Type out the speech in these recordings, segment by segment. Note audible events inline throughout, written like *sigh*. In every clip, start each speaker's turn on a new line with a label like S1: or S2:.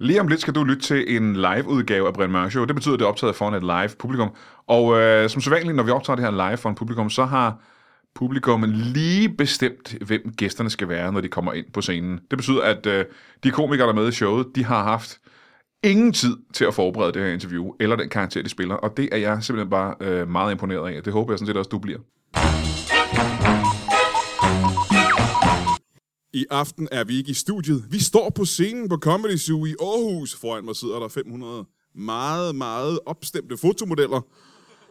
S1: Lige om lidt skal du lytte til en live-udgave af Brian Mørk Show. Det betyder, at det er optaget foran et live-publikum. Og øh, som sædvanligt, når vi optager det her live foran publikum, så har publikum lige bestemt, hvem gæsterne skal være, når de kommer ind på scenen. Det betyder, at øh, de komikere, der er med i showet, de har haft ingen tid til at forberede det her interview, eller den karakter, de spiller. Og det er jeg simpelthen bare øh, meget imponeret af. Det håber jeg sådan set også, du bliver.
S2: I aften er vi ikke i studiet. Vi står på scenen på Comedy Zoo i Aarhus. Foran mig sidder der 500 meget, meget opstemte fotomodeller.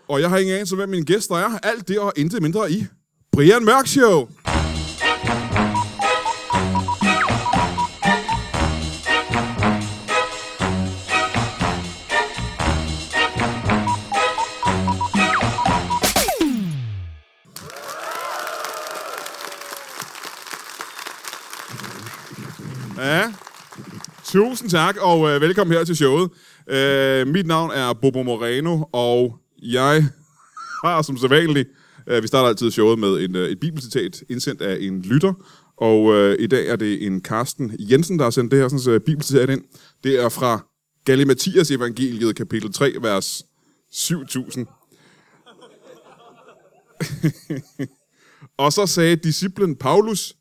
S2: Og jeg har ingen anelse, om, hvem mine gæster er. Alt det og intet mindre i Brian Mørk Show. Ja. Tusind tak, og øh, velkommen her til showet. Øh, mit navn er Bobo Moreno, og jeg har som sædvanligt... Øh, vi starter altid showet med en, øh, et bibelcitat, indsendt af en lytter. Og øh, i dag er det en Karsten Jensen, der har sendt det her sådan, øh, bibelcitat ind. Det er fra Galimatias evangeliet, kapitel 3, vers 7000. *laughs* og så sagde disciplen Paulus,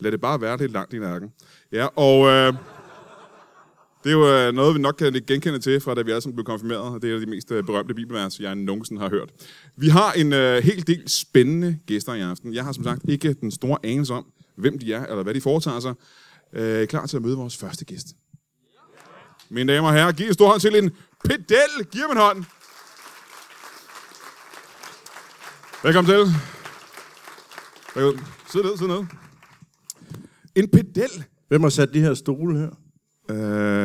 S2: Lad det bare være lidt langt i nakken. Ja, og øh, det er jo øh, noget, vi nok kan lidt genkende til, fra da vi alle sammen blev konfirmeret. Det er et af de mest øh, berømte bibelvers, jeg nogensinde har hørt. Vi har en øh, hel del spændende gæster i aften. Jeg har som sagt ikke den store anelse om, hvem de er, eller hvad de foretager sig. Øh, klar til at møde vores første gæst. Mine damer og herrer, giv en stor hånd til en pedel. Giv ham en hånd. Velkommen til. Velkommen. Sid ned, sid ned. En pedel.
S3: Hvem har sat de her stole her?
S2: Øh,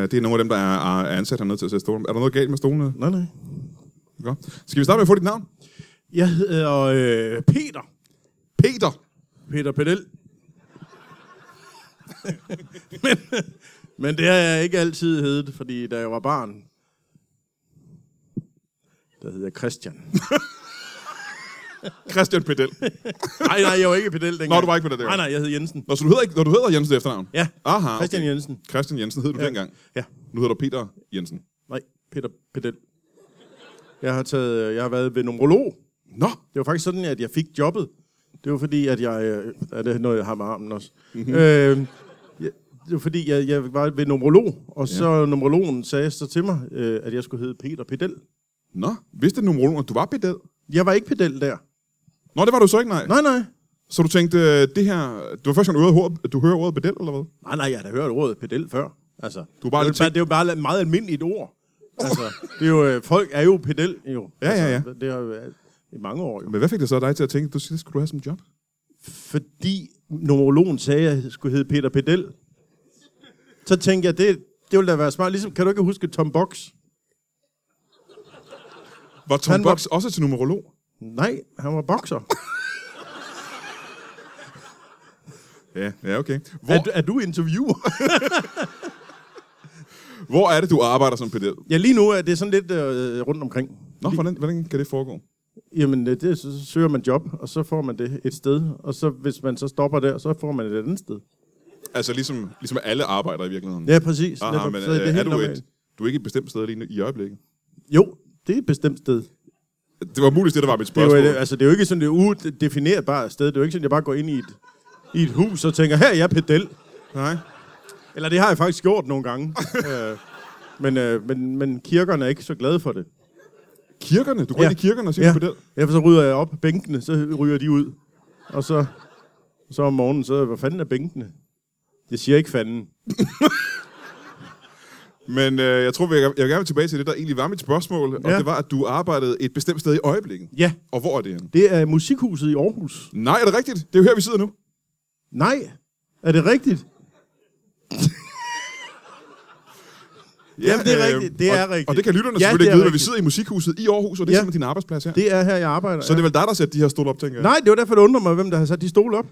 S2: det er nogle af dem, der er, er ansat hernede til at sætte stolen. Er der noget galt med stolene?
S3: Nej, nej.
S2: Godt. Skal vi starte med at få dit navn?
S3: Jeg hedder øh, Peter.
S2: Peter.
S3: Peter Pedel. *laughs* men, men det har jeg ikke altid heddet, fordi da jeg var barn, der hed jeg *laughs* Christian.
S2: Christian Pedel.
S3: Nej, nej, jeg var ikke Pedel dengang.
S2: Nå, du var ikke Pedel dengang.
S3: Nej, nej, jeg hed Jensen.
S2: Når du hedder, ikke, når du hedder Jensen til efternavn?
S3: Ja,
S2: Aha, okay.
S3: Christian Jensen.
S2: Christian Jensen hed du ja. dengang.
S3: Ja,
S2: Nu hedder du Peter Jensen.
S3: nej, Peter Pedel. Jeg har, taget, jeg har været ved numerolog.
S2: Nå,
S3: Det var faktisk sådan, at jeg fik jobbet. Det var fordi, at jeg... øh, Er det noget, jeg har med armen også?
S2: Mhm.
S3: Mm-hmm. Øh, jeg- det var fordi, jeg, jeg var ved numerolog, og så ja. numerologen sagde så til mig, øh, at jeg skulle hedde Peter Pedel.
S2: nå. Vidste numerologen, at du var Pedel?
S3: Jeg var ikke Pedel der.
S2: Nå, det var du så ikke, nej.
S3: Nej, nej.
S2: Så du tænkte, øh, det her... Du var først, gang, du hører ordet, du hører ordet Pedel, eller hvad?
S3: Nej, nej, jeg har da hørt ordet Pedel før. Altså,
S2: Du er bare
S3: det, er
S2: lidt
S3: jo bare,
S2: tænkt-
S3: det er jo bare et meget almindeligt ord. Altså, det er jo, øh, folk er jo Pedel, jo.
S2: Ja, ja,
S3: altså, Det har jo været i mange år, jo.
S2: Men hvad fik det så dig til at tænke, du det skulle du have som job?
S3: fordi numerologen sagde, at jeg skulle hedde Peter Pedel, så tænkte jeg, det, det ville da være smart. Ligesom, kan du ikke huske Tom Box?
S2: Var Tom
S3: Han var-
S2: Box også til numerolog?
S3: Nej, han var bokser.
S2: Ja, ja, okay. Hvor,
S3: Er, du- er du interviewer?
S2: hvor er det, du arbejder som Pedel?
S3: ja, lige nu er det sådan lidt øh, rundt omkring.
S2: Nå, hvordan, hvordan kan det foregå?
S3: Jamen, øh, det, så, så søger man job, og så får man det et sted. Og så hvis man så stopper der, så får man et andet sted.
S2: Altså ligesom, ligesom alle arbejder i virkeligheden.
S3: Ja, præcis.
S2: Aha,
S3: Netop.
S2: men
S3: Så det
S2: er, er
S3: helt
S2: du,
S3: normalt.
S2: øh, et, du er ikke et bestemt sted lige nu- i øjeblikket?
S3: Jo, det er et bestemt sted.
S2: Det var muligt, det der var mit
S3: Det er,
S2: spørgsmål.
S3: jo, altså, det er jo ikke sådan et udefinerbart sted. Det er jo ikke sådan, at jeg bare går ind i et, i et hus og tænker, her er jeg pedel.
S2: Nej.
S3: Eller det har jeg faktisk gjort nogle
S2: *laughs*
S3: gange. øh, men, øh, men, men kirkerne er ikke så glade for det.
S2: Kirkerne? Du går ja. ind i kirkerne og siger ja. på det?
S3: ja, for så rydder jeg op på bænkene, så ryger de ud. Og så, så om morgenen, så, hvor fanden er bænkene? Jeg siger ikke fanden.
S2: Men øh, jeg tror, jeg, jeg vil gerne tilbage til det, der egentlig var mit spørgsmål. Og
S3: Ja.
S2: det var, at du arbejdede et bestemt sted i øjeblikket.
S3: Ja,
S2: Og hvor er det henne?
S3: det er musikhuset i Aarhus.
S2: Nej, er det rigtigt? Det er jo her, vi sidder nu.
S3: Nej, er det rigtigt?
S2: Ja, øh,
S3: Jamen, det er rigtigt. Det er
S2: og,
S3: rigtigt.
S2: Og det kan lytterne
S3: Ja,
S2: selvfølgelig
S3: det
S2: ikke
S3: er
S2: vide, men vi
S3: rigtigt.
S2: sidder i Musikhuset i Aarhus, og det er
S3: Ja.
S2: simpelthen din arbejdsplads her. Det,
S3: Det er her, jeg arbejder.
S2: så det er vel dig, der sætter de her stole op, tænker jeg?
S3: Nej, det var derfor, det undrer mig, hvem der har sat de stole op.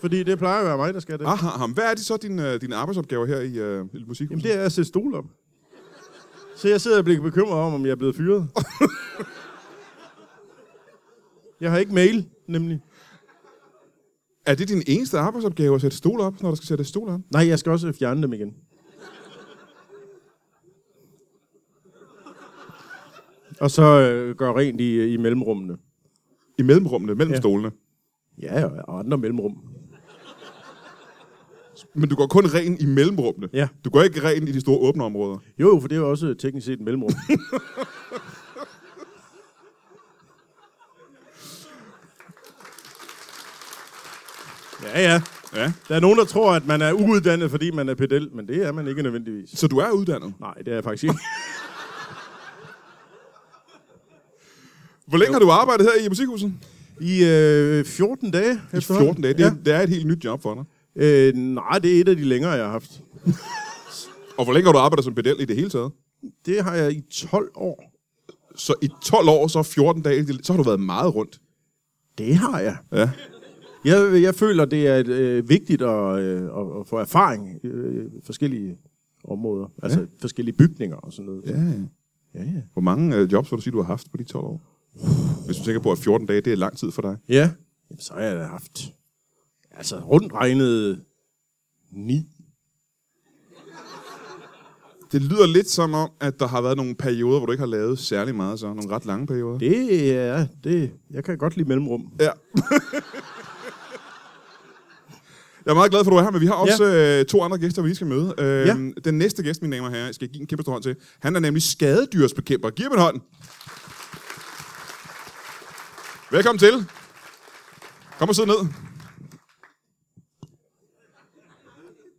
S3: Fordi det plejer at være mig, der skal det.
S2: Aha, ham. Hvad er det så, dine, øh, dine arbejdsopgaver her i, øh, i Musikhuset?
S3: Jamen, det er at sætte stole op. Så jeg sidder og bliver bekymret om, om jeg er blevet fyret. jeg har ikke mail, nemlig.
S2: er det din eneste arbejdsopgave at sætte stole op, når der skal sætte stole op?
S3: Nej, jeg skal også fjerne dem igen. Og så øh, gør rent i, i mellemrummene.
S2: I mellemrummene, mellem ja.
S3: Ja.
S2: stolene.
S3: Ja, og andre mellemrum.
S2: Men du går kun ren i mellemrummene.
S3: Ja.
S2: Du går ikke ren i de store åbne områder.
S3: Jo, for det er jo også teknisk set et mellemrum. ja, ja.
S2: Ja.
S3: Der er nogen, der tror, at man er uuddannet, fordi man er pedel, men det er man ikke nødvendigvis.
S2: Så du er uddannet.
S3: Nej, det er jeg faktisk ikke.
S2: Hvor længe har du arbejdet her i musikhuset?
S3: I øh, 14 dage.
S2: I 14 dage. Det, ja. det er et helt nyt job for dig.
S3: Ja. Øh, nej, det er et af de længere, jeg har haft.
S2: Og hvor længe har du arbejdet som pedel i det hele taget?
S3: Det har jeg i 12 år.
S2: Så i 12 år, så 14 dage, det- så har du været meget rundt.
S3: Det har jeg.
S2: Ja.
S3: Jeg, jeg føler, det er øh, vigtigt at, øh, at, at få erfaring i øh, forskellige områder. Altså ja. forskellige bygninger og sådan noget.
S2: ja.
S3: Ja, ja.
S2: Hvor mange øh, jobs vil du sige, du har haft på de 12 år? Hvis du tænker på, at 14 dage, det er lang tid for dig.
S3: ja. Jamen, så har jeg da haft altså rundt regnet ni.
S2: Det lyder lidt som om, at der har været nogle perioder, hvor du ikke har lavet særlig meget, så nogle ret lange perioder.
S3: Det er... Det, jeg kan godt lide mellemrum.
S2: Ja. Jeg er meget glad for, at du er her, men vi har også ja. øh, to andre gæster, vi skal møde. Øh, ja.
S3: Ja.
S2: Den næste gæst, mine damer og herrer, skal jeg give en kæmpe stor hånd til. Han er nemlig skadedyrsbekæmper. Giv ham en hånd. Velkommen til. Kom og sid ned.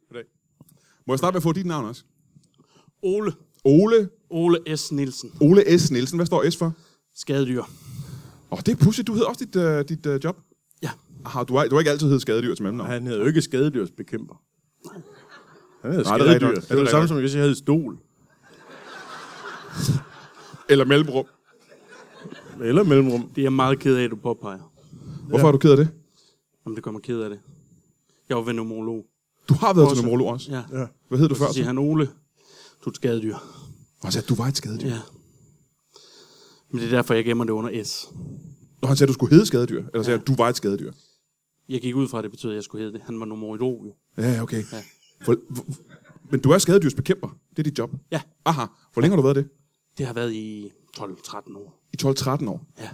S2: Goddag. Må jeg starte med at få dit navn også?
S4: Ole.
S2: Ole,
S4: Ole S. Nielsen.
S2: Ole S. Nielsen. Hvad står S for?
S4: Skadedyr.
S2: Åh, det er pudsigt. Du hedder også dit, øh, dit øh, job.
S4: Ja.
S2: Aha, du, har, du har ikke altid heddet skadedyr til mellemnavn.
S3: Han hedder jo ikke skadedyrsbekæmper. Han hedder
S2: Nej, det er rigtigt
S3: skadedyr.
S2: nok.
S3: Det
S2: Ja, det
S3: er
S2: er
S3: det samme
S2: rigtigt
S3: som, hvis jeg havde stol.
S2: Eller mellemrum.
S3: Eller mellemrum.
S4: Det er jeg meget ked af, at du påpeger.
S2: Hvorfor ja. er du ked af det?
S4: Om det kommer ked af det. Jeg er jo venomolog.
S2: Du har været til
S4: Også.
S2: numerolog også.
S4: Ja.
S3: Ja.
S2: Hvad hed du før?
S4: Så siger han, Ole, du er et skadedyr.
S2: Og han sagde, at du var et skadedyr.
S4: Ja. Men det er derfor, jeg gemmer det under S.
S2: Når han sagde, at du skulle hedde skadedyr. Eller sagde, at du var et skadedyr.
S4: Jeg gik ud fra, at det betød, at jeg skulle hedde det. Han var numerolog jo.
S2: Ja, okay. Ja. For, hvor, men du er skadedyrsbekæmper. Det er dit job.
S4: Ja.
S2: Aha. Hvor længe har du været det?
S4: Det har været i 12-13 år.
S2: I 12-13 år.
S4: Ja.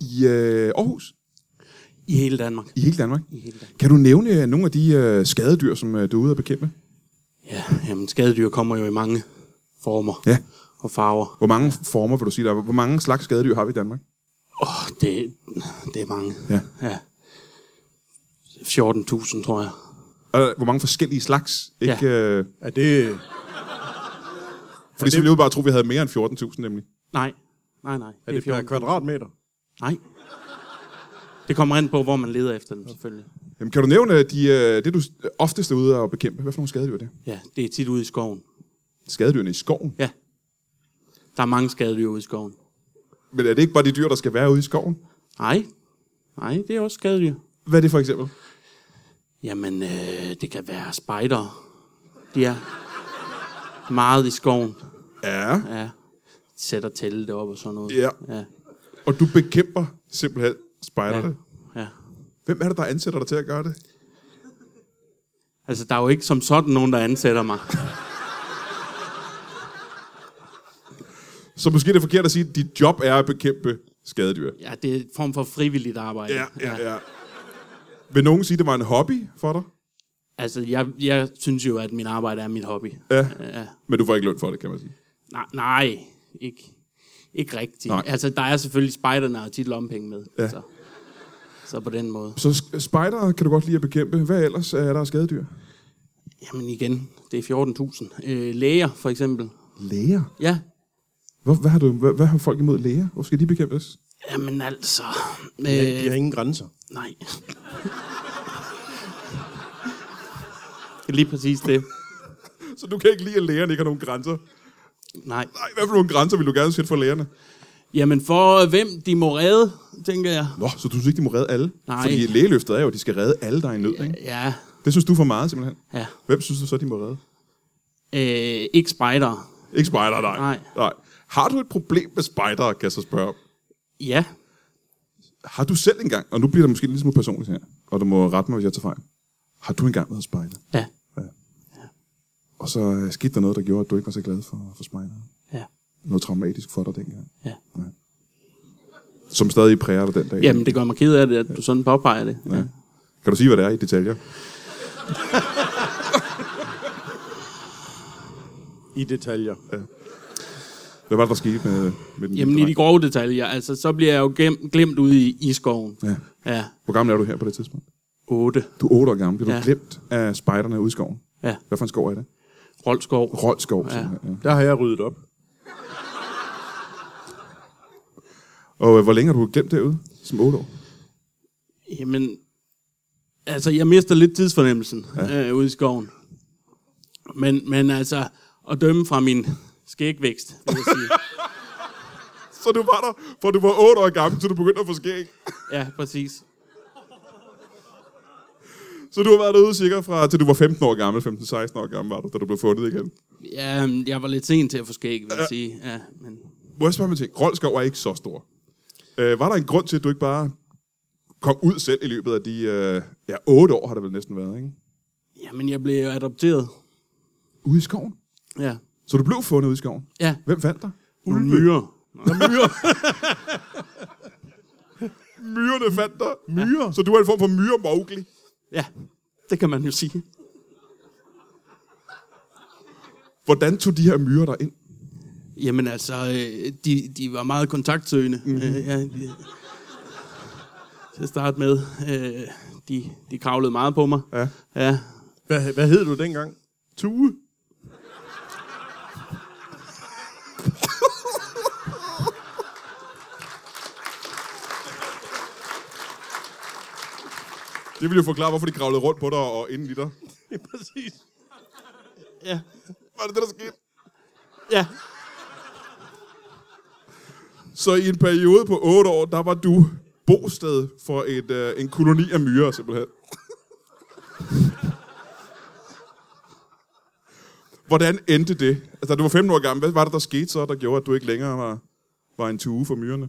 S2: I øh, Aarhus.
S4: I hele Danmark.
S2: I hele Danmark.
S4: I hele Danmark.
S2: Kan du nævne øh, nogle af de øh, skadedyr, som øh, du er ude at bekæmpe?
S4: Ja, jamen skadedyr kommer jo i mange former
S2: Ja.
S4: og farver.
S2: Hvor mange former vil du sige, der er? Hvor mange slags skadedyr har vi i Danmark?
S4: Åh, oh, det, det er mange.
S2: Ja.
S4: ja. 14.000, tror jeg.
S2: Og hvor mange forskellige slags? Ikke, ja. øh,
S3: Er det...
S2: fordi så ville jeg jo bare tro, vi havde mere end 14.000 nemlig.
S4: Nej, nej, nej.
S3: Er det per
S4: 14.
S3: kvadratmeter?
S4: Nej. Det kommer an på, hvor man leder efter dem, selvfølgelig.
S2: Jamen, kan du nævne øh, de, øh, det, du s- oftest er ude at bekæmpe? Hvad for nogle skadedyr er det?
S4: Ja, det er tit ude i skoven.
S2: Skadedyrene i skoven?
S4: Ja. Der er mange skadedyr ude i skoven.
S2: Men er det ikke bare de dyr, der skal være ude i skoven?
S4: Nej, nej, det er også skadedyr.
S2: Hvad er det for eksempel?
S4: Jamen, øh, det kan være spejder. De er meget i skoven.
S2: Ja.
S4: Ja. Sætter teltet op og sådan noget.
S2: Ja.
S4: Ja.
S2: Og du bekæmper simpelthen spejderne. Ja.
S4: ja.
S2: Hvem er det, der ansætter dig til at gøre det?
S4: Altså, der er jo ikke som sådan nogen, der ansætter mig.
S2: Så måske er det forkert at sige, at dit job er at bekæmpe skadedyr.
S4: Ja, det er en form for frivilligt arbejde.
S2: Ja, ja, ja. Vil nogen sige, at det var en hobby for dig?
S4: Altså, jeg, jeg synes jo, at min arbejde er mit hobby.
S2: Ja.
S4: ja.
S2: Men du får ikke løn for det, kan man sige.
S4: Nej, nej ikke, ikke rigtigt.
S2: Nej.
S4: Nej. Altså, der er selvfølgelig spejderne og tit lompenge med.
S2: Ja.
S4: Så, så på den måde.
S2: Så sk- spejdere kan du godt lide at bekæmpe. Hvad ellers er der af skadedyr?
S4: Jamen igen, det er 14.000. Øh, læger, for eksempel.
S2: Læger.
S4: Ja,
S2: Hvor, hvad, har du, hvad, hvad har folk imod læger? Hvor skal de bekæmpes?
S4: jamen altså...
S3: Øh, de
S4: Øh,
S3: har ingen grænser.
S4: nej. Lige præcis det.
S2: Så du kan ikke lide, at lægerne ikke har nogen grænser?
S4: Nej.
S2: Nej, hvad for nogle grænser vil du gerne sætte for lægerne?
S4: Jamen, for hvem de må redde, tænker jeg.
S2: Nå, så du synes ikke, de må redde alle?
S4: Nej.
S2: Fordi lægeløftet er jo, at de skal redde alle, der er i nød, ikke?
S4: Ja,
S2: Det synes du er for meget, simpelthen.
S4: ja.
S2: Hvem synes du så, de må redde?
S4: Øh, ikke spejdere.
S2: Ikke spejdere, nej.
S4: Nej.
S2: nej. Har du et problem med spejdere, kan jeg så spørge om?
S4: Ja,
S2: Har du selv engang, og nu bliver det måske lidt smule personligt her, og du må rette mig, hvis jeg tager fejl. Har du engang været spejder?
S4: ja,
S2: Og så øh, skete der noget, der gjorde, at du ikke var så glad for, for spejdere?
S4: ja,
S2: Noget traumatisk for dig dengang?
S4: ja.
S2: Nej. som stadig præger dig den dag.
S4: Jamen, det gør mig ked af det, at du sådan påpeger det. Ja.
S2: Kan du sige, hvad det er i detaljer?
S3: I detaljer.
S2: Hvad var det, der skete med, med den
S4: Jamen,
S2: lille
S4: i de
S2: dreng?
S4: grove detaljer, altså, så bliver jeg jo glemt, glemt ude i, i skoven.
S2: Ja.
S4: Ja,
S2: Hvor gammel er du her på det tidspunkt?
S4: 8.
S2: Du er 8 år gammel. Bliver ja.
S4: Ja.
S2: du glemt af spejderne ude i skoven?
S4: Ja,
S2: Hvad for en skov er det?
S4: Roldskov.
S2: Roldskov.
S4: Ja.
S2: Ja. Ja.
S3: Der har jeg ryddet op.
S2: Og øh, hvor længe har du glemt derude? Som 8 år?
S4: Jamen, altså, jeg mister lidt tidsfornemmelsen ja. øh, ude i skoven. Men, men altså, at dømme fra min skægvækst, vil jeg *laughs* sige.
S2: Så du var der, for du var 8 år gammel, så du begyndte at få skæg.
S4: ja, præcis.
S2: Så du har været derude cirka fra, til du var 15 år gammel, 15-16 år gammel var du, da du blev fundet igen.
S4: Ja, men jeg var lidt sen til at få skæg, vil jeg sige. Ja, men...
S2: Må jeg spørge mig ting? Roldskov er ikke så stor. Øh, var der en grund til, at du ikke bare kom ud selv i løbet af de øh, ja, 8 år, har det vel næsten været, ikke?
S4: Jamen, jeg blev jo adopteret.
S2: Ude i skoven?
S4: Ja.
S2: Så du blev fundet ude i skoven?
S4: Ja.
S2: Hvem fandt dig?
S4: Nogle myrer.
S2: Myrerne fandt dig. Myrer? Så du er en form for myre Mowgli.
S4: Ja, det kan man jo sige.
S2: Hvordan tog de her myrer dig ind?
S4: Jamen altså, øh, de, de var meget kontaktsøgende.
S2: Mhm.
S4: Mm-hmm. Øh, ja, de, til at starte med. Øh, de, de kravlede meget på mig.
S2: Ja.
S4: ja.
S3: Hvad, hvad hed du dengang?
S2: Tue. Det vil jo forklare, hvorfor de kravlede rundt på dig og inden i dig.
S4: Præcis. Ja,
S2: Var det det, der skete?
S4: ja.
S2: Så i en periode på 8 år, der var du bosted for et, øh, en koloni af myrer, simpelthen. Hvordan endte det? Altså, da du var 15 år gammel, hvad var det, der skete så, der gjorde, at du ikke længere var, var en tue for myrerne?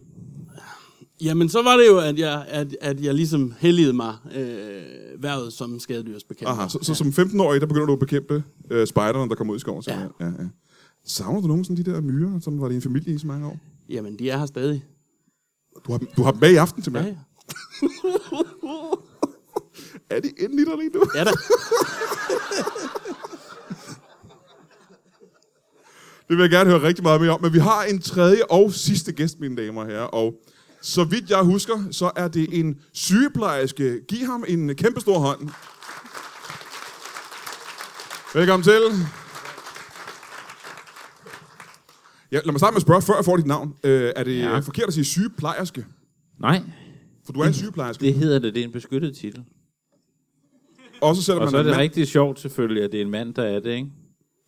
S4: Jamen, så var det jo, at jeg, at, at jeg ligesom heldigede mig øh, værvet som skadedyrsbekæmper.
S2: Aha, så, så som 15-årig, der begynder du at bekæmpe øh, spejderne, der kommer ud i skoven. Ja. Ja, ja. Savner du nogensinde de der myrer, som var din familie i så mange år?
S4: Jamen, de er her stadig.
S2: Du har, dem- du har dem med i aften til
S4: Ja,
S2: mad.
S4: ja.
S2: Er de inde i dig lige nu?
S4: ja da.
S2: Det vil jeg gerne høre rigtig meget mere om, men vi har en tredje og sidste gæst, mine damer og herrer, og så vidt jeg husker, så er det en sygeplejerske. Giv ham en kæmpe stor hånd. Velkommen til. Ja, lad mig starte med at spørge, før jeg får dit navn. Øh, er det ja.
S5: Ja. Mm.
S2: forkert at sige sygeplejerske?
S5: Nej,
S2: For du er en sygeplejerske.
S5: det hedder det. Det er en beskyttet titel.
S2: Også selvom
S5: Og
S2: man
S5: så er det
S2: mand.
S5: rigtig sjovt selvfølgelig, at det er en mand, der er det, ikke?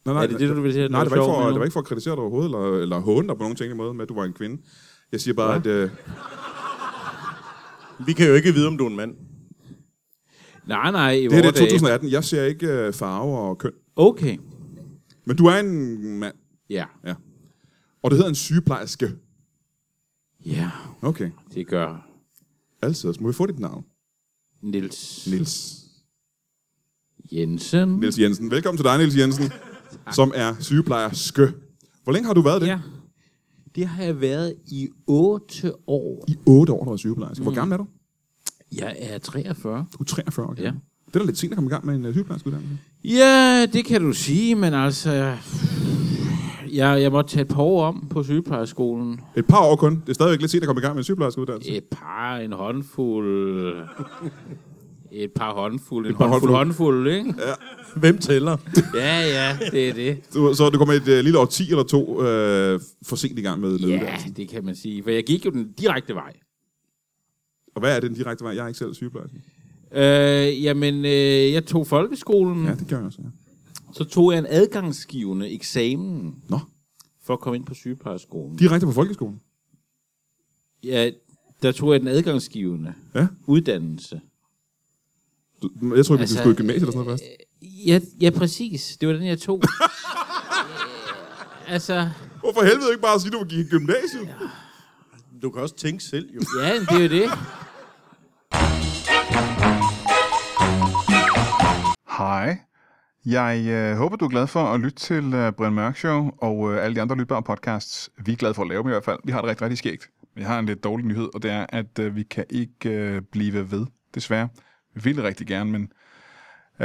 S2: Nej, nej,
S5: Er det det, du vil sige, at
S2: Nej,
S5: det
S2: det var, ikke
S5: var sjovt
S2: for,
S5: med?
S2: det var ikke for at kritisere dig overhovedet, eller, eller håne dig på nogen tænkelig måde med, at du var en kvinde. Jeg siger bare, ja. at... Øh,
S3: Vi kan jo ikke vide, om du er en mand.
S5: Nej, nej,
S2: det
S5: i
S2: her
S5: vore
S2: det er
S5: dage.
S2: 2018. Jeg ser ikke øh, farve og køn.
S5: Okay,
S2: Men du er en mand,
S5: ja.
S2: ja. Og det hedder en sygeplejerske.
S5: Ja,
S2: Okay.
S5: det gør
S2: Altså, må vi få dit navn?
S5: Nils
S2: Nils.
S5: Jensen.
S2: Nils Jensen. Velkommen til dig, Nils Jensen, som er sygeplejerske. Hvor længe har du været det?
S5: Ja. Det har jeg været i 8 år.
S2: I 8 år, du er sygeplejerske.
S5: Mm.
S2: Hvor gammel er du?
S5: Jeg er 43.
S2: Du er 43 år gammel.
S5: Ja.
S2: Det er da lidt sent at komme i gang med en øh, sygeplejerskeuddannelse.
S5: Ja, det kan du sige, men altså... Jeg, jeg måtte tage et par år om på sygeplejeskolen.
S2: Et par år kun. Det er stadigvæk lidt sent at komme i gang med en sygeplejerskeuddannelse.
S5: Et par, en
S2: *laughs*
S5: håndfuld... Et par håndfuld, en
S2: par
S5: håndfuld,
S2: håndfuld.
S5: håndfuld, ikke?
S3: Hvem tæller?
S5: Ja, ja, det er det.
S2: Du- Så du kommer et øh, lille årti eller to øh, for sent i gang med med
S5: Ja, Altså,
S2: uddannelsen.
S5: det kan man sige. For jeg gik jo den direkte vej.
S2: Og hvad er det den direkte vej? Jeg er ikke selv sygeplejerske.
S5: Mm. Øh, jamen, øh, jeg tog folkeskolen,
S2: Ja,
S5: ja.
S2: det gør jeg også. Ja.
S5: så tog jeg en adgangsgivende eksamen
S2: Nå,
S5: for at komme ind på sygeplejeskolen.
S2: direkte på folkeskolen.
S5: Ja, der tog jeg den adgangsgivende
S2: Ja.
S5: uddannelse.
S2: Du, jeg tror, vi altså,
S5: Altså,
S2: skulle i gymnasiet eller sådan noget først.
S5: Ja, ja, præcis. Det var den, jeg
S2: *laughs*
S5: tog. Øh, altså,
S2: Hvorfor helvede ikke bare sige, du gik i gymnasiet? Ja.
S3: Du kan også tænke selv, jo.
S5: ja, men det er jo det.
S1: Hej. Jeg øh, håber, du er glad for at lytte til øh, Brian Mørk Show og øh, alle de andre lytbare podcasts. Vi er glade for at lave dem i hvert fald. Vi har det rigtig, rigtig skægt. Jeg har en lidt dårlig nyhed, og det er, at øh, vi kan ikke øh, blive ved, desværre. Vi vil rigtig gerne, men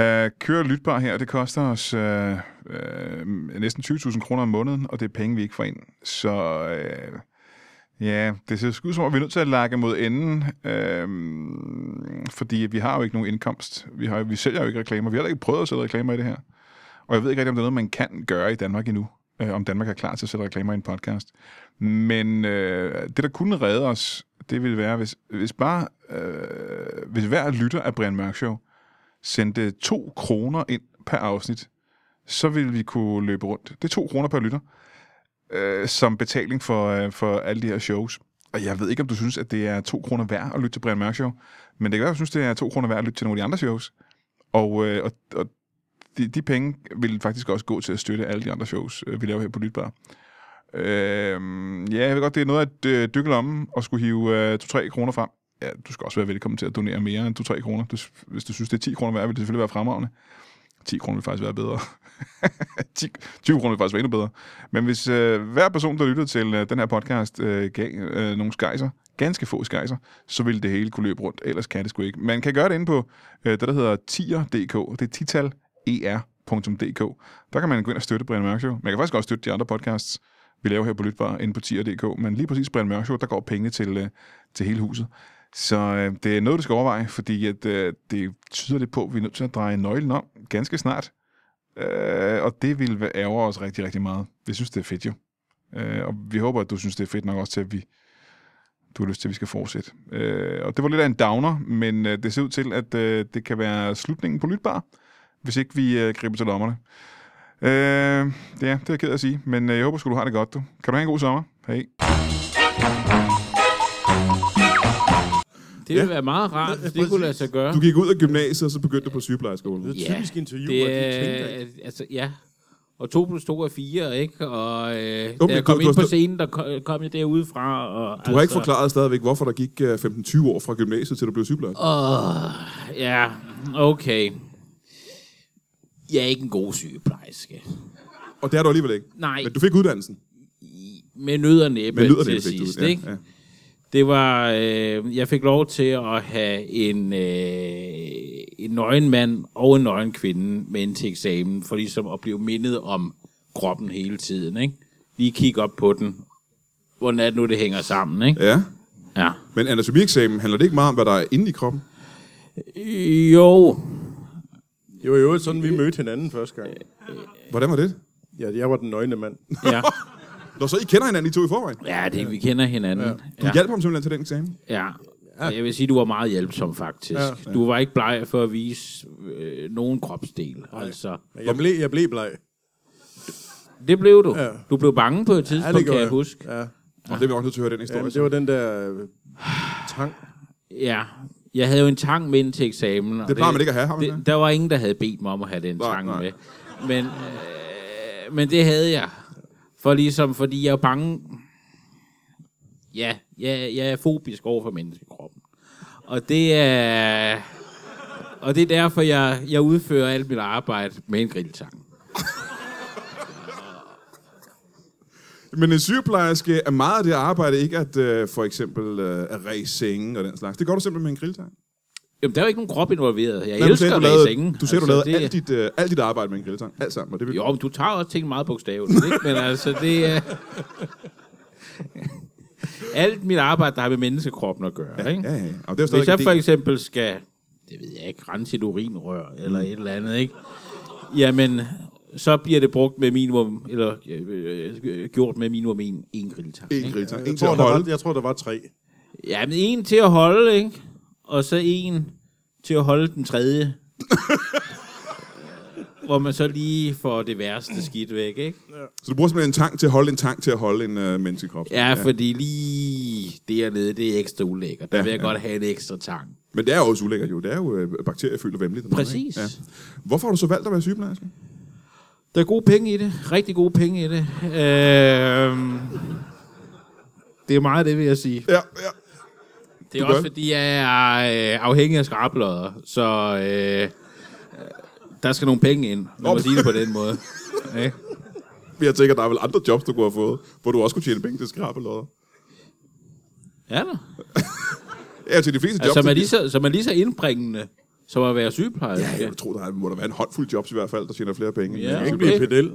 S1: øh, køre lytbar her, det koster os øh, øh, næsten 20.000 kroner om måneden, og det er penge, vi ikke får ind. Så øh, ja, det ser sgu ud som om, vi er nødt til at lakke mod enden, øh, fordi vi har jo ikke nogen indkomst. Vi, har, jo- vi sælger jo ikke reklamer. Vi har heller ikke prøvet at sælge reklamer i det her. Og jeg ved ikke rigtig, om det er noget, man kan gøre i Danmark endnu. Øh, om Danmark er klar til at sætte reklamer i en podcast. Men øh, det, der kunne redde os, det ville være, hvis, hvis bare øh, hvis hver lytter af Brian Mørk Show sendte to kroner ind per afsnit, så ville vi kunne løbe rundt. Det er to kroner per lytter, øh, som betaling for, øh, for alle de her shows. Og jeg ved ikke, om du synes, at det er to kroner værd at lytte til Brian Mørk Show, men det kan være, at du synes, det er to kroner værd at lytte til nogle af de andre shows. Og, øh, og, og de, de penge vil faktisk også gå til at støtte alle de andre shows, øh, vi laver her på Lytbar. Øh, ja, jeg ved godt, det er noget at øh, dykke lommen og skulle hive øh, 2-3 kroner frem. Ja, du skal også være velkommen til at donere mere end 2-3 kroner. Du, hvis du synes, det er 10 kroner værd, vil det selvfølgelig være fremragende. 10 kroner vil faktisk være bedre. *laughs* 10, 20 kroner vil faktisk være endnu bedre. Men hvis øh, hver person, der lytter til øh, den her podcast, øh, gav øh, nogle skejser, ganske få skejser, så ville det hele kunne løbe rundt. Ellers kan det sgu ikke. Man kan gøre det inde på øh, det, der hedder tier.dk. Det er tital er.dk. Der kan man gå ind og støtte Brian Mørk Show. Man kan faktisk også støtte de andre podcasts, vi laver her på Lytbar, inde på tier.dk. Men lige præcis Brian Mørk Show, der går pengene til, øh, til hele huset. Så øh, det er noget, du skal overveje, fordi at, øh, det tyder lidt på, at vi er nødt til at dreje nøglen om ganske snart. Øh, og det vil ærge os rigtig, rigtig meget. Vi synes, det er fedt jo. Øh, og vi håber, at du synes, det er fedt nok også til, at vi, du har lyst til, at vi skal fortsætte. Øh, og det var lidt af en downer, men øh, det ser ud til, at øh, det kan være slutningen på Lytbar, hvis ikke vi øh, griber til lommerne. Øh, ja, det er jeg ked af at sige, men øh, jeg håber sgu, du har det godt, du. Kan du have en god sommer? Hej.
S5: Det ville være meget rart, hvis det kunne lade sig gøre.
S2: Du gik ud af gymnasiet, og så begyndte du på sygeplejerskolen.
S3: Det er et
S5: Ja,
S3: typisk interview,
S5: det,
S3: at de tænker
S5: er, altså, ja. Og 2 plus 2 er 4, ikke? Og øh,
S2: men
S5: da jeg
S2: du-
S5: kom
S2: du
S5: ind
S2: har
S5: på
S2: stå-
S5: scenen, der ko- kom jeg derude fra. Og, altså-
S2: Du har ikke forklaret stadigvæk, hvorfor der gik øh, 15-20 år fra gymnasiet, til du blev sygeplejerske.
S5: Åh, ja, okay. Jeg er ikke en god sygeplejerske.
S2: Og det er du alligevel ikke.
S5: Nej.
S2: Men du fik uddannelsen.
S5: Med nød og næppe
S2: Men lyder
S5: til
S2: det, du fik
S5: sidst,
S2: du.
S5: ikke?
S2: Ja, ja.
S5: Det var, øh, jeg fik lov til at have en, øh, en nøgen mand og en nøgen kvinde med ind til eksamen, for ligesom at blive mindet om kroppen hele tiden, ikke? Lige kigge op på den. Hvordan er det nu, det hænger sammen, ikke?
S2: ja.
S5: Ja.
S2: Men anatomieksamen handler det ikke meget om, hvad der er inde i kroppen?
S5: Jo,
S3: Det var jo sådan, vi mødte hinanden første gang.
S2: Hvordan var det?
S3: Ja, jeg var den nøgne mand.
S5: ja.
S2: Nå, så I kender hinanden, I to i forvejen.
S5: Ja, det, vi kender hinanden.
S2: Du ja. hjalp ham simpelthen til den eksamen.
S5: Ja. Og jeg vil sige, du var meget hjælpsom, faktisk. Ja. Du var ikke bleg for at vise øh, nogen kropsdel. Altså,
S3: Jeg blev, jeg blev bleg.
S5: det blev du.
S3: Ja.
S5: Ja. Du blev bange på et tidspunkt, ja,
S3: gjorde
S5: kan jeg huske.
S3: Ja.
S2: Og det er vi også nødt til at høre den historie.
S3: Jamen, det var den der øh, tang.
S5: Ja. Jeg havde jo en tang med ind til eksamen. og
S2: Det plejer man ikke at have, har man det?
S5: Der var ingen, der havde bedt mig om at have den
S2: Nej,
S5: tang
S2: nej.
S5: med. Men, øh, men det havde jeg. For ligesom, fordi jeg er bange... Ja, jeg, jeg er fobisk over for menneskekroppen. Og det er... Og det er derfor, jeg, jeg udfører alt mit arbejde med en grilltang.
S2: Men en sygeplejerske er meget af det arbejde, ikke at øh, for eksempel øh, at ræse senge og den slags. Det gør du simpelthen med en grilltang.
S5: Jamen, der er jo ikke nogen krop involveret. Jeg
S2: Nej, du
S5: elsker
S2: sagde, du
S5: at være i
S2: lavede,
S5: sengen. Altså,
S2: du, sagde, du lavede
S5: det-
S2: alt, dit, øh, alt dit arbejde med en grilltang. Alt sammen. Og det vil...
S5: Jo, men du tager også ting meget bogstaveligt, ikke? Men altså, det er... Alt mit arbejde, der har med menneskekroppen at gøre, ikke?
S2: Ja, ja, ja. Og det er jo stadig
S5: Hvis jeg
S2: en
S5: for
S2: del.
S5: eksempel skal, det ved jeg ikke, rense et urinrør eller et eller andet, ikke? Jamen, så bliver det brugt med minimum, eller øh, øh, gjort med minimum en, en grilltang.
S2: En grilltang. En
S3: Jeg
S2: til
S3: tror,
S2: at
S3: der
S2: holde.
S3: var, jeg tror, der var tre.
S5: Jamen, en til at holde, ikke? Og så en til at holde den
S2: *laughs*
S5: tredje. hvor man så lige får det værste skidt væk, ikke?
S2: Så du bruger simpelthen en tang til at holde en tang til at holde en øh, menneskekrop.
S5: Ja, fordi lige dernede, det er ekstra ulækkert. Der
S2: Ja,
S5: vil jeg
S2: ja.
S5: godt have en ekstra tang.
S2: Men det er jo også ulækkert jo. Det er jo øh, bakteriefyldt og vemmeligt.
S5: Præcis.
S2: Ja. Hvorfor har du så valgt at være sygeplejerske?
S5: Der er gode penge i det. Rigtig gode penge i det. Øhm, det er meget det, vil jeg sige.
S2: Ja, ja.
S5: Det er
S2: Du
S5: også
S2: gør.
S5: fordi, jeg er øh, afhængig af skrablodder, så øh, øh, der skal nogle penge ind. Lad
S2: Op.
S5: mig sige det på den *laughs* måde. Ja.
S2: Men jeg tænker, der er vel andre jobs, du kunne have fået, hvor du også kunne tjene penge til skrabelodder.
S5: Er der?
S2: Ja, til de fleste jobs.
S5: Altså, som, er lige så, som er lige så indbringende som at være sygeplejerske.
S2: Ja, jeg tror, der er- må der være en håndfuld jobs i hvert fald, der tjener flere penge.
S5: Ja.
S2: Ja.
S3: Ikke
S5: Okay.
S3: blive pedel.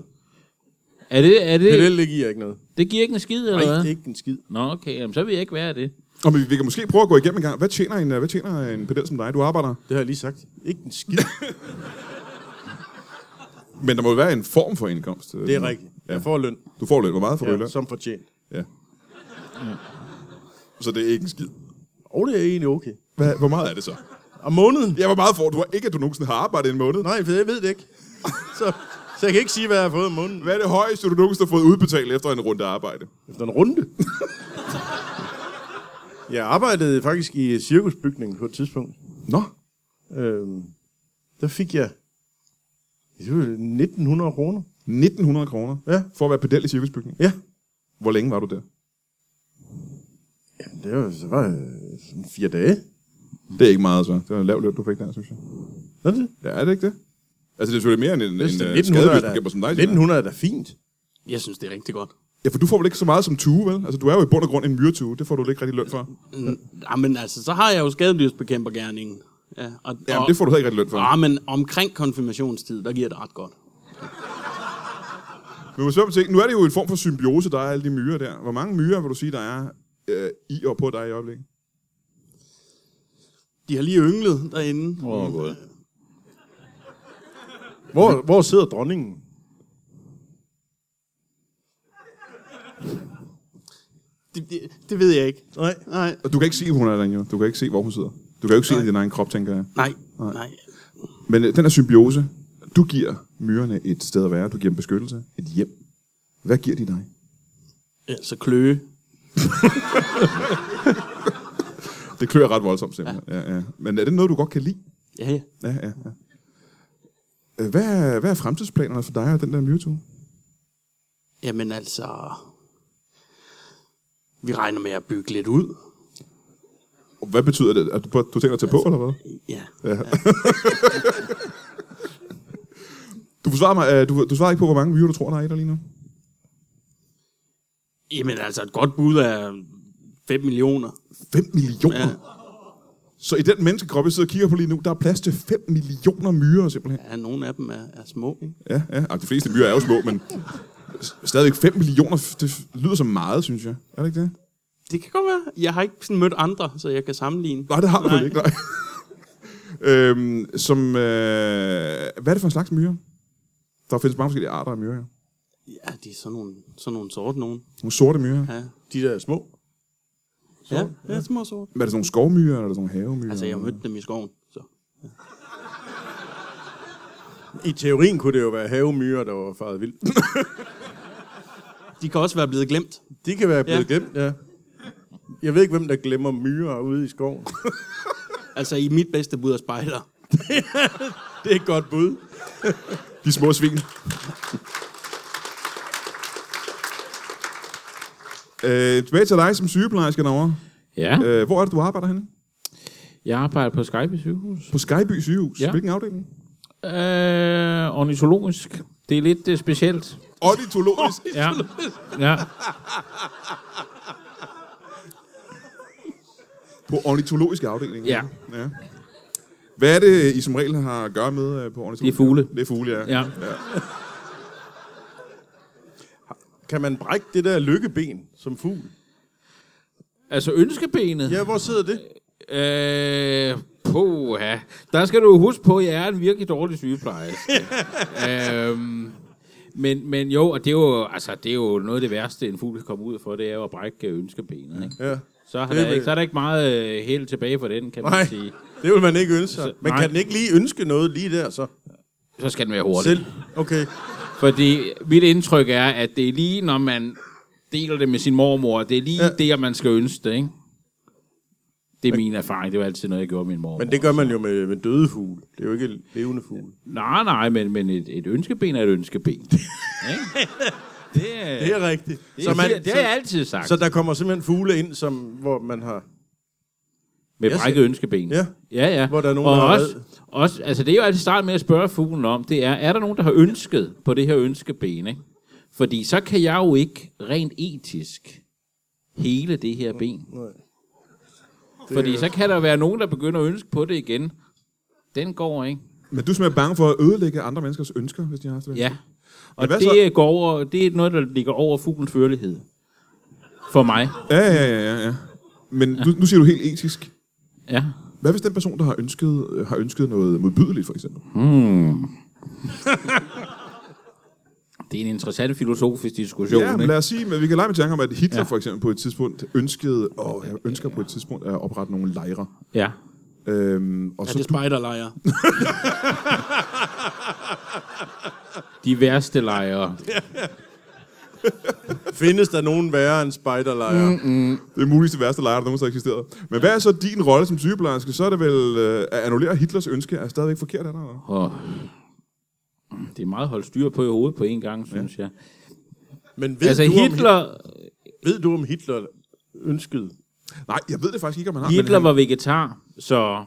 S5: Er det, er det,
S3: Pedel, det giver ikke noget.
S5: det giver ikke en skid, eller
S3: Nej,
S5: hvad?
S3: ikke en skid.
S5: Nå, okay, jamen, så vil jeg ikke være det.
S2: Og vi, vi kan måske prøve at gå igennem en gang. Hvad tjener en, øh, hvad tjener en pedel som dig? Du arbejder.
S3: Det har jeg lige sagt. Ikke en skid.
S2: Men der må jo være en form for indkomst. øh,
S3: Det er rigtigt. Jeg får løn.
S2: Du får lidt. Hvor meget får du i
S3: Ja,
S2: løn?
S3: som fortjent.
S2: Ja. Så det er ikke en skid.
S3: Og det er egentlig okay.
S2: Hvad, hvor meget er det så?
S3: Om måneden?
S2: Ja, hvor meget får du? Ikke, at du nogensinde har arbejdet en måned.
S3: Nej, for jeg ved det ikke. Så, så jeg kan ikke sige, hvad jeg har fået om måneden.
S2: Hvad er det højeste, du nogensinde har fået udbetalt efter en runde arbejde?
S3: Efter en runde. Jeg arbejdede faktisk i cirkusbygningen på et tidspunkt.
S2: Nå.
S3: Øhm, der fik jeg det var 1900 kroner.
S2: 1900 kroner
S3: Ja.
S2: for at være pedel i cirkusbygningen.
S3: Ja.
S2: Hvor længe var du der?
S3: Jamen, det var, så var øh, sådan fire dage.
S2: Det er ikke meget, så. Det var en lav løn, du fik der, synes jeg.
S3: Hvad er det?
S2: Ja, er det ikke det? Altså, det er selvfølgelig mere end en, en,
S3: Det er
S2: en skadebygningsbekæmper som dig. Tina.
S3: 1900 er da fint.
S4: Jeg synes, det er rigtig godt.
S2: Ja, for du får vel ikke så meget som tue, vel? Altså, du er jo i bund og grund en myretue. Det får du vel ikke rigtig løn for.
S4: Mm, Jamen altså, så har jeg jo skadedyrsbekæmpergærningen. Ja, og,
S2: Jamen,
S4: og,
S2: det får du heller ikke rigtig løn for.
S4: Ah, men omkring konfirmationstid, der giver det ret godt.
S2: Men man spørger ting. Nu er det jo en form for symbiose, der er alle de myrer der. Hvor mange myrer vil du sige, der er øh, i og på dig i øjeblikket?
S4: De har lige ynglet derinde.
S5: Åh, oh, god.
S3: Hvor, hvor sidder dronningen?
S4: Det, det, det ved jeg ikke.
S3: Nej.
S4: Nej,
S2: Og Du kan ikke se, hvor hun er derinde, jo. Du kan ikke se, hvor hun sidder. Du kan jo ikke se din egen krop, tænker jeg.
S4: nej, nej.
S2: Men øh, den her symbiose, du giver myrerne et sted at være. Du giver dem beskyttelse. Et hjem. Hvad giver de dig?
S4: Ja, så kløe.
S2: Det klør ret voldsomt, simpelthen. Ja, ja. Men er det noget, du godt kan lide?
S4: Ja, ja.
S2: Ja, ja, ja. Øh, Hvad er, hvad er fremtidsplanerne for dig og den der myretue?
S4: Jamen altså... Vi regner med at bygge lidt ud.
S2: Og Hvad betyder det? At du, du tænker at tage på, eller hvad?
S4: Ja.
S2: Du, forsvarer mig, øh, du, du svarer ikke på, hvor mange myrer du tror, der er i dig lige nu?
S4: Jamen altså, et godt bud er 5 millioner.
S2: 5 millioner? Ja.
S4: Ja.
S2: Så i den menneskekrop, jeg sidder og kigger på lige nu, der er plads til 5 millioner myrer, simpelthen.
S4: Ja, nogle af dem er, er små, ikke?
S2: Ja, ja. Ej, de fleste myrer er jo små, men s- stadigvæk 5 millioner, f- det f- lyder som meget, synes jeg. Er det ikke det?
S4: Det kan godt være. Jeg har ikke sådan mødt andre, så jeg kan sammenligne.
S2: Nej, det har du vel
S4: Nej.
S2: ikke, nej. *laughs* øhm, som, øh, hvad er det for en slags myrer? Der findes mange forskellige arter af myrer. ja.
S4: Ja, de er sådan nogle, sådan nogle sorte nogen.
S2: Nogle sorte myrer.
S4: Ja,
S3: De der små.
S4: ja, ja små sorte.
S2: Hvad er det, sådan nogle skovmyrer, eller er det sådan nogle havemyrer?
S4: Altså, jeg mødte dem i skoven, så...
S3: I teorien kunne det jo være havemyrer, der var faret vildt.
S4: De kan også være blevet glemt.
S3: De kan være blevet
S4: Ja.
S3: ja. glemt, ja. Jeg ved ikke, hvem der glemmer myrer ude i skoven.
S4: Altså, i mit bedste bud er spejder.
S3: Det er et godt bud.
S2: De små svin. *laughs* Øh, tilbage til dig som sygeplejerske derovre.
S5: Ja,
S2: Øh, hvor er det, du arbejder henne?
S5: jeg arbejder på Skype sygehus.
S2: På Skyby sygehus. Ja.
S5: Ja.
S2: Hvilken afdeling?
S5: Øh, ornitologisk. Det er lidt uh, specielt.
S2: Ornitologisk.
S5: Ja. ja.
S2: På ornitologisk afdeling.
S5: Ja.
S2: ja. Hvad er det, I som regel har at gøre med øh, på ornitologisk?
S5: Det er fugle.
S2: Det er fugle, ja.
S5: ja.
S3: Kan man brække det der lykkeben som fugl?
S5: Altså ønskebenet.
S3: Ja, hvor sidder det?
S5: Øh, poha. Der skal du huske på, at jeg er en virkelig
S3: *laughs*
S5: dårlig sygeplejerske. øhm, men, men jo, og det er jo, altså, det er jo noget af det værste, en fugl kan komme ud for, det er jo at brække ønskebenet. Ikke?
S3: Ja.
S5: Så, har
S3: Det
S5: der
S3: vil-
S5: ikke, så er der ikke meget øh, held tilbage for den, kan
S3: Nej,
S5: man sige.
S3: det vil man ikke ønske sig. Men
S5: nej.
S3: kan den ikke lige ønske noget lige der så?
S5: Så skal den være hurtig.
S3: Selv? Okay.
S5: Fordi mit indtryk er, at det er lige, når man deler det med sin mormor, det er lige ja. det, at man skal ønske det, ikke? Det er min erfaring. Det var altid noget, jeg gjorde med min mormor.
S3: Men det gør man jo med, med døde fugle. Det er jo ikke levende fugle.
S5: Nej, nej, men, men et, et ønskeben er et *laughs* ønskeben. Ikke? det, er,
S3: Det er rigtigt.
S5: det, så man, det, det har jeg altid sagt.
S3: så
S5: Så,
S3: der kommer simpelthen fugle ind, som, hvor man har...
S5: med
S3: jeg
S5: brækket ønskeben.
S3: Ja.
S5: ja, ja.
S3: Hvor der er nogen,
S5: og
S3: der har
S5: også, også, altså det er jo altid start med at spørge fuglen om, det er, er der nogen, der har ønsket på det her ønskeben? Ikke? Fordi så kan jeg jo ikke rent etisk hele det her ben.
S3: Nej.
S5: Fordi så kan der være nogen, der begynder at ønske på det igen. Den går, ikke?
S2: Men du er simpelthen bange for at ødelægge andre menneskers ønsker, hvis de har haft det.
S5: Ja.
S2: Men
S5: Og
S2: hvad så?
S5: det, går over, det er noget, der ligger over fuglens førlighed. For mig.
S2: Ja, ja, ja, ja. ja. Men nu, nu siger du helt etisk.
S5: Ja.
S2: Hvad hvis den person, der har ønsket, øh, har ønsket noget modbydeligt, for eksempel?
S5: Det er en interessant filosofisk diskussion.
S2: Ja, men
S5: ikke?
S2: lad os sige, men vi kan lege med tanken om, at Hitler
S5: Ja.
S2: ja. for eksempel på et tidspunkt ønskede, og jeg ønsker på et tidspunkt at oprette nogle lejre.
S5: ja.
S2: Øhm, og
S4: Er
S2: så
S4: det spejderlejre?
S5: De værste lejre.
S3: Findes der nogen værre end spejderlejre? Mm.
S2: det er muligvis det værste lejre, der nogensinde har eksisteret. Men hvad er så din rolle som sygeplejerske? Så er det vel øh, at annullere Hitlers ønske, er stadigvæk forkert, er der? eller?
S5: Og det er meget at holde styr på i hovedet på en gang, synes jeg.
S3: Men ved,
S5: Altså
S3: du, Hitler... om,
S5: Hitler,
S3: Hit- ved du, om Hitler ønskede?
S2: Nej, jeg ved det faktisk ikke, om han har.
S5: Hitler
S2: men
S5: var vegetar, så...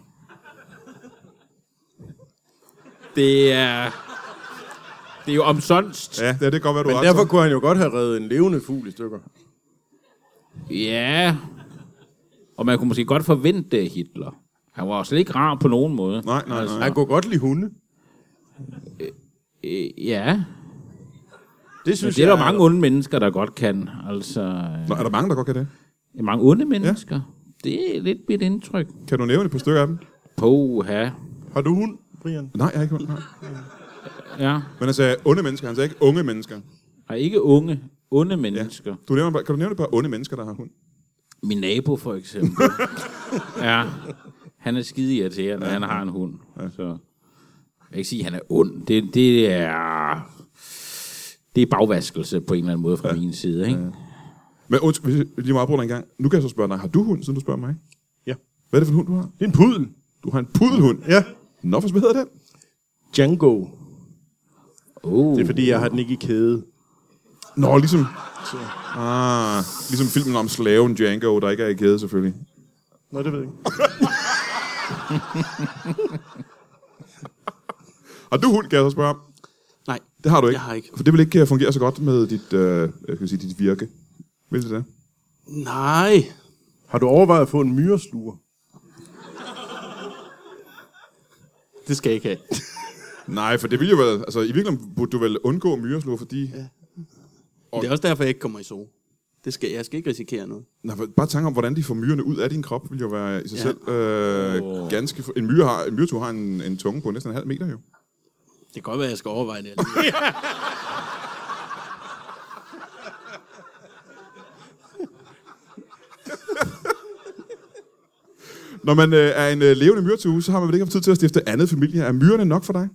S5: Det er... Det er jo omsonst.
S2: han, Ja, det, det kan godt være, du
S3: Men
S2: har
S3: derfor
S2: ret.
S3: kunne han jo godt have reddet en levende fugl i stykker.
S5: Ja. Og man kunne måske godt forvente det af Hitler. Han var jo slet ikke rar på nogen måde.
S2: Nej, nej, nej.
S3: Han kunne godt lide hunde.
S5: Øh, Ja.
S3: Det
S5: Men
S3: synes
S5: det er der
S3: jeg
S5: mange onde mennesker, der godt kan. Altså,
S2: Nå, er der mange, der godt kan det?
S5: øh, mange onde mennesker. Det er lidt mit indtryk.
S2: Kan du nævne et par stykker af dem?
S5: Poha.
S3: Har du hund, Brian?
S2: Nej, jeg har ikke hørt. nej.
S5: Ja.
S2: Men han sagde onde mennesker, han sagde ikke unge mennesker.
S5: Og ikke unge. Onde mennesker.
S2: Du nævner, kan du nævne et par onde mennesker, der har hund?
S5: Min nabo for eksempel. *laughs* ja, han er skide irriterende, ja. han har en hund. Ja. Så. Jeg kan ikke sige, at han er ond. Det, det er... Det er bagvaskelse på en eller anden måde fra ja. min side, ikke? Ja.
S2: Men undskyld, hvis jeg lige meget afbryder en gang. Nu kan jeg så spørge dig, har du hund, siden du spørger mig?
S3: Ja.
S2: Hvad er det for en hund, du har?
S3: Det er en pudel.
S2: Du har en pudelhund.
S3: Ja.
S2: Nå, for hvad hedder den?
S3: Django.
S5: Oh.
S3: Det er, fordi jeg har den ikke i kæde.
S2: Nå, ligesom... Ah, ligesom filmen om slaven Django, der ikke er i kæde, selvfølgelig.
S3: Nå, det ved jeg ikke.
S2: Har du hund, kan jeg så spørge om?
S4: Nej.
S2: Det har du ikke.
S4: Jeg har ikke.
S2: For det vil ikke øh, fungere så godt med dit, øh, jeg kan sige, dit virke. Vil det det?
S4: Nej.
S3: Har du overvejet at få en myresluger?
S4: Det skal jeg ikke have.
S2: Nej, for det vil jo vel... Altså, i virkeligheden burde du vel undgå myreslure, fordi... Ja.
S4: Det er også derfor, jeg ikke kommer i zoo. Det skal, jeg skal ikke risikere noget.
S2: Nej, for bare tanke om, hvordan de får myrerne ud af din krop, vil jo være i sig ja.
S4: Ja.
S2: selv øh, oh. ganske... En, myre har, en myretur har en, en tunge på næsten en halv meter, jo.
S4: Det kan godt være, at jeg skal overveje det.
S2: Når man øh, er en øh, levende myretue, så har man vel ikke haft tid til at stifte andet familie. Er myrerne nok for dig?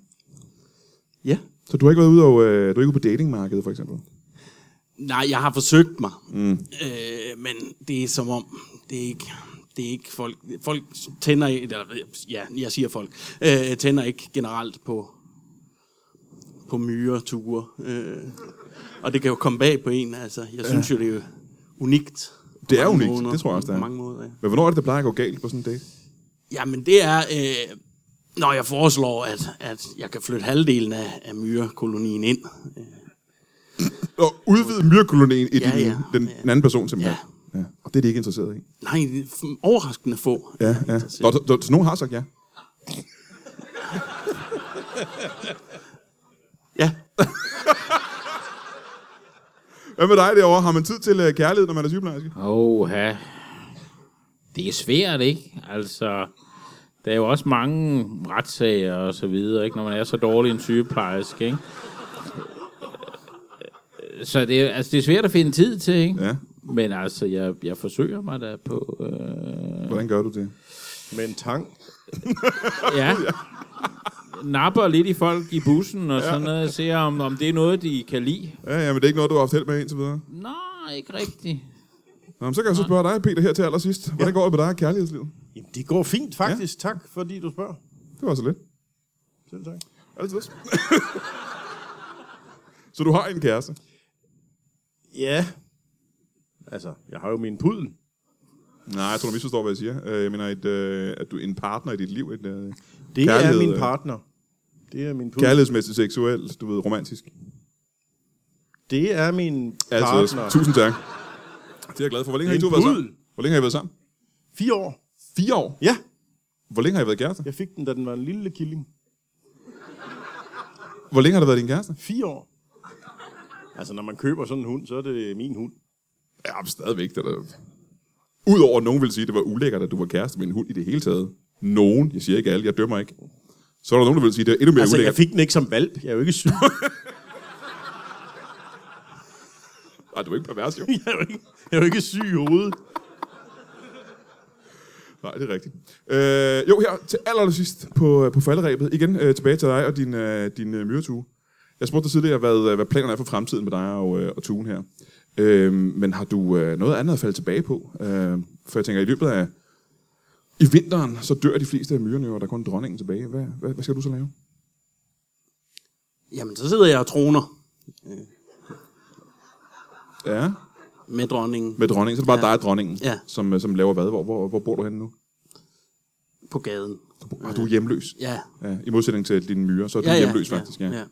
S4: *laughs* ja.
S2: Så du har ikke været ude, og, øh, du er ikke ude på datingmarkedet, for eksempel?
S4: Nej, jeg har forsøgt mig. Mm. Øh, men det er som om, det er ikke, det er ikke folk, folk tænder ikke, eller, ja, jeg siger folk, øh, tænder ikke generelt på, på myreture. Øh, og det kan jo komme bag på en, altså. Jeg synes jo, det er jo unikt. på
S2: Det er
S4: mange
S2: unikt, det tror jeg også, det er.
S4: På mange måder, ja.
S2: Men hvornår er det, der plejer at gå galt på sådan en date?
S4: Jamen, det er, øh, når jeg foreslår, at, at jeg kan flytte halvdelen af, af myrekolonien ind. Øh,
S2: Og udvide myrekolonien i ja, den, ja, den, ja. den anden person, simpelthen. Ja. ja. Og det er de ikke interesseret i.
S4: nej, det er f- overraskende få.
S2: Ja, ja. Nå, så, så, så nogen har sagt ja.
S4: Ja,
S2: Hvad med dig derovre? Har man tid til øh, kærlighed, når man er sygeplejerske?
S5: Oha. Det er svært, ikke? Altså, der er jo også mange retssager og så videre, ikke? Når man er så dårlig en sygeplejerske, ikke? Så det er, altså, det er svært at finde tid til, ikke?
S2: Ja.
S5: Men altså, jeg, jeg forsøger mig da på... Øh,
S2: Hvordan gør du det?
S3: Med en tang?
S5: ja. Napper lidt i folk i bussen og sådan noget, ser om, om det er noget, de kan lide.
S2: Ja, ja, men det er ikke noget, du har haft held med indtil videre.
S5: Nå, ikke rigtigt.
S2: Nå, men så kan jeg så spørge dig, Peter, her til allersidst. Hvordan går det med dig og kærlighedslivet?
S3: Jamen, det går fint faktisk. Ja. Tak, fordi du spørger.
S2: Det var så lidt.
S3: Selv tak.
S2: Altid. *laughs* så du har en kæreste?
S3: Ja. Altså, jeg har jo min pudel.
S2: Nej, jeg tror, du misforstår, hvad jeg siger. Øh, Jeg mener, et, øh, at du er en partner i dit liv. Et, øh,
S3: Det
S2: Kærlighed,
S3: er min
S2: øh.
S3: partner. Det er min pudel.
S2: kærlighedsmæssigt seksuelt, du ved, romantisk.
S3: Det er min partner.
S2: Altså, tusind tak. Det er jeg glad for. Hvor længe har I
S3: En
S2: to været
S3: pudel.
S2: sammen? Hvor længe har I været sammen?
S3: Fire år.
S2: Fire år?
S3: Ja,
S2: Hvor længe har I været kærester?
S3: jeg fik den, da den var en lille killing.
S2: Hvor længe har du været din kæreste?
S3: Fire år. Altså, når man køber sådan en hund, så er det min hund.
S2: Ja, men stadigvæk. Det er da... Udover at nogen ville sige, at det var ulækkert, at du var kæreste med en hund i det hele taget. Nogen, jeg siger ikke alle, jeg dømmer ikke. Så er der nogen, der vil sige, at det er endnu mere
S3: Altså,
S2: ulækkert.
S3: jeg fik den ikke som valp. Jeg er jo ikke syg.
S2: Ej, du er ikke pervers, jo.
S3: *laughs* jeg, er jo ikke, jeg er jo ikke syg i hovedet.
S2: Nej, det er rigtigt. Øh, jo, her til allersidst på, på falderæbet. Igen øh, tilbage til dig og din, øh, din øh, myretue. Jeg spurgte dig tidligere, hvad, øh, hvad planerne er for fremtiden med dig og, øh, og tuen her. Øh, men har du øh, noget andet at falde tilbage på? Øh, for jeg tænker, i løbet af i vinteren, så dør de fleste af myrerne, jo, og der er kun dronningen tilbage. Hvad, hvad, hvad skal du så lave?
S4: *laughs* Jamen, så sidder jeg og troner
S2: Ja,
S4: med dronningen
S2: med dronningen. Så er det bare ja.
S4: Ja.
S2: dig og dronningen,
S4: Ja.
S2: som, øh, som laver hvad? Hvor, hvor, hvor bor du henne nu?
S4: på gaden.
S2: Du, bor- ah, du er hjemløs.
S4: Ja.
S2: Ja, I modsætning til dine myrer, så er du
S4: Ja, ja,
S2: hjemløs faktisk. Ja.
S4: ja.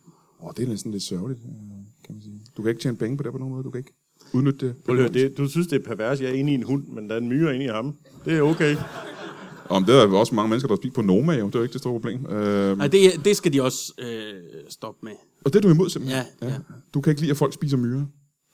S2: Åh, det er næsten lidt sørgeligt, øh, kan man sige. Du kan ikke tjene penge på det på nogen måde. Du kan ikke udnytte det.
S3: Prøv at høre, det, du synes, det er pervers. Jeg er inde i en hund, men der er en myre inde i ham. Det er okay.
S2: Om det er der også mange mennesker, der spiser på Noma, jo. Det er jo ikke det store problem. Øh,
S4: Og det, det skal de også øh, stoppe med.
S2: og det er du imod simpelthen.
S4: Ja, ja.
S2: Du kan ikke lide, at folk spiser myrer.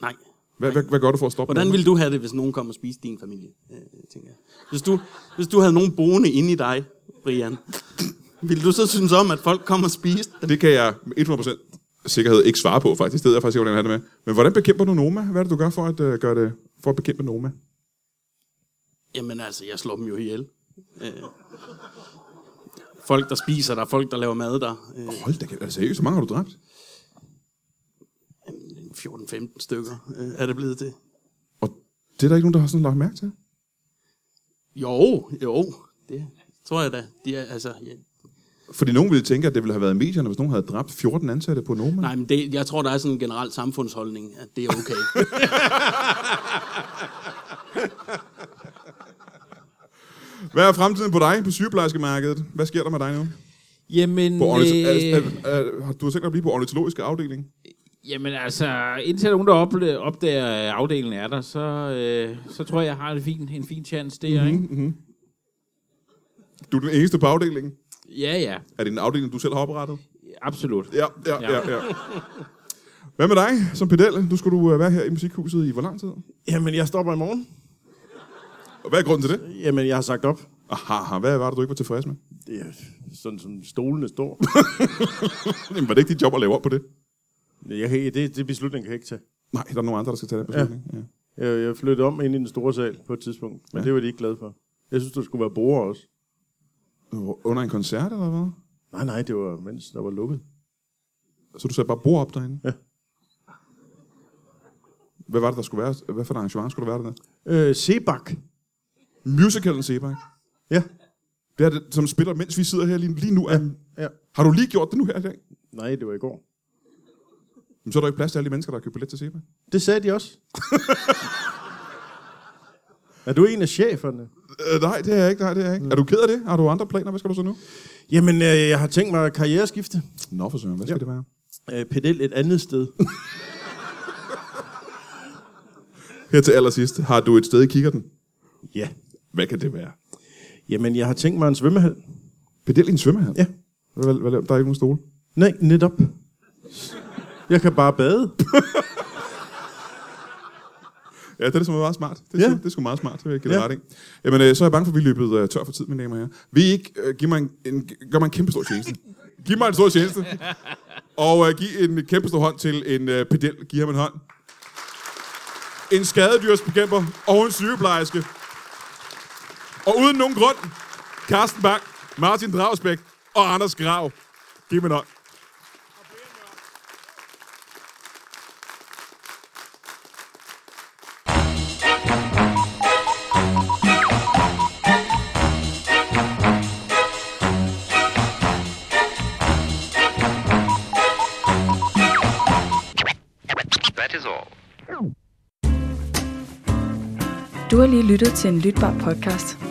S4: Nej.
S2: Hvad, hvad, hvad gør du for at stoppe
S4: Hvordan
S2: det?
S4: ville du have det, hvis nogen kom og spiste din familie, øh, tænker jeg. Hvis du, hvis du havde nogen boende inde i dig, Brian, *laughs* ville du så synes om, at folk kom og spiste dem?
S2: Det kan jeg med 100% sikkerhed ikke svare på, faktisk. Det ved jeg faktisk ikke, hvordan jeg har det med. Men hvordan bekæmper du Noma? Hvad er det, du gør for at, øh, gøre det, for at bekæmpe Noma?
S4: Jamen altså, jeg slår dem jo ihjel. Øh, folk, der spiser der, folk, der laver mad der. Øh,
S2: Hold da kæft, er det seriøst? Hvor mange har du dræbt?
S4: 14-15 stykker øh, er det blevet til.
S2: Og det er der ikke nogen, der har sådan lagt mærke til.
S4: Jo, jo, det tror jeg da. De er, altså, ja.
S2: Fordi nogen ville tænke, at det ville have været i medierne, hvis nogen havde dræbt 14 ansatte på Noma.
S4: Nej, men det, jeg tror, der er sådan en generel samfundsholdning, at det er okay.
S2: Hvad er fremtiden på dig på sygeplejerskemarkedet? Hvad sker der med dig nu?
S5: Jamen,
S2: På ornit- er, er,
S5: øh,
S2: er, har du har tænkt dig at blive på ornitologiske afdeling?
S5: jamen altså, indtil der er nogen, der ople- opdager, at afdelingen er der, så, øh, så tror jeg, jeg har en fin, en fin chance der, mm-hmm. ikke?
S2: Du er den eneste på afdelingen.
S5: Ja, ja,
S2: Er det en afdeling, du selv har oprettet?
S5: absolut.
S2: Ja, ja, ja. ja. Hvad med dig som pedel? Nu skulle du øh, være her i Musikhuset i hvor lang tid?
S3: Jamen, jeg stopper i morgen.
S2: Og hvad er grunden til det?
S3: Jamen, jeg har sagt op.
S2: Aha, aha, hvad var det, du ikke var tilfreds med?
S3: Det er sådan, som stolene *laughs* står.
S2: Jamen, var det ikke dit job at lave op på det?
S3: Jeg kan, ikke- det, det beslutning kan jeg ikke tage.
S2: Nej, der er nogen andre, der skal tage den beslutning. Ja. Ja.
S3: Jeg, jeg flyttede om ind i den store sal på et tidspunkt, men ja. det var de ikke glade for. Jeg synes, der skulle være borger også.
S2: Under en koncert, eller hvad?
S3: Nej, nej, det var mens der var lukket.
S2: Så du satte bare bord op derinde?
S3: Ja.
S2: Hvad var det, der skulle være? Hvad for et arrangement skulle der være der?
S3: Øh, Sebak.
S2: Musicalen Sebak.
S3: Ja,
S2: Det er det, som spiller, mens vi sidder her lige, lige nu. Ja.
S3: ja.
S2: Har du lige gjort det nu her i dag?
S3: Nej, det var i går.
S2: Jamen, så er der jo ikke plads til alle de mennesker, der har købt billet til Sebak.
S3: Det sagde de *laughs* også. er du en af cheferne?
S2: Øh, nej, det er jeg ikke. Nej, det er jeg ikke. Mm. Er du ked af det? Har du andre planer? Hvad skal du så nu?
S3: Jamen, øh, jeg har tænkt mig at karriereskifte.
S2: Nå, for søren. Hvad skal ja. det være?
S3: Øh, pedel et andet sted.
S2: Her til allersidst. Har du et sted i kikkerten?
S3: *laughs* ja.
S2: Hvad kan det være?
S3: Jamen, jeg har tænkt mig en svømmehal.
S2: Pedel i en svømmehal?
S3: Ja.
S2: Hvad, hvad, hvad, der er ikke nogen stole.
S3: Nej, netop. Jeg kan bare bade.
S2: Ja, det er det, som er meget smart. Det er,
S3: Ja.
S2: sgu, det er sgu meget smart, det vil jeg give
S3: Ja.
S2: ja. ret i. Jamen, øh, så er jeg bange for, at vi er løbet øh, tør for tid, mine damer og herrer. Vil I ikke øh, give mig en, en, gør mig en kæmpe stor
S3: *laughs*
S2: tjeneste? Giv mig en stor tjeneste. Og øh, giv en kæmpe stor hånd til en øh, pedel. Giv ham en hånd. En skadedyrsbekæmper og en sygeplejerske. Og uden nogen grund, Carsten Bang, Martin Dragsbæk og Anders Grav. Giv mig en hånd.
S6: That is all.
S7: Du har lige lyttet til en lytbar podcast.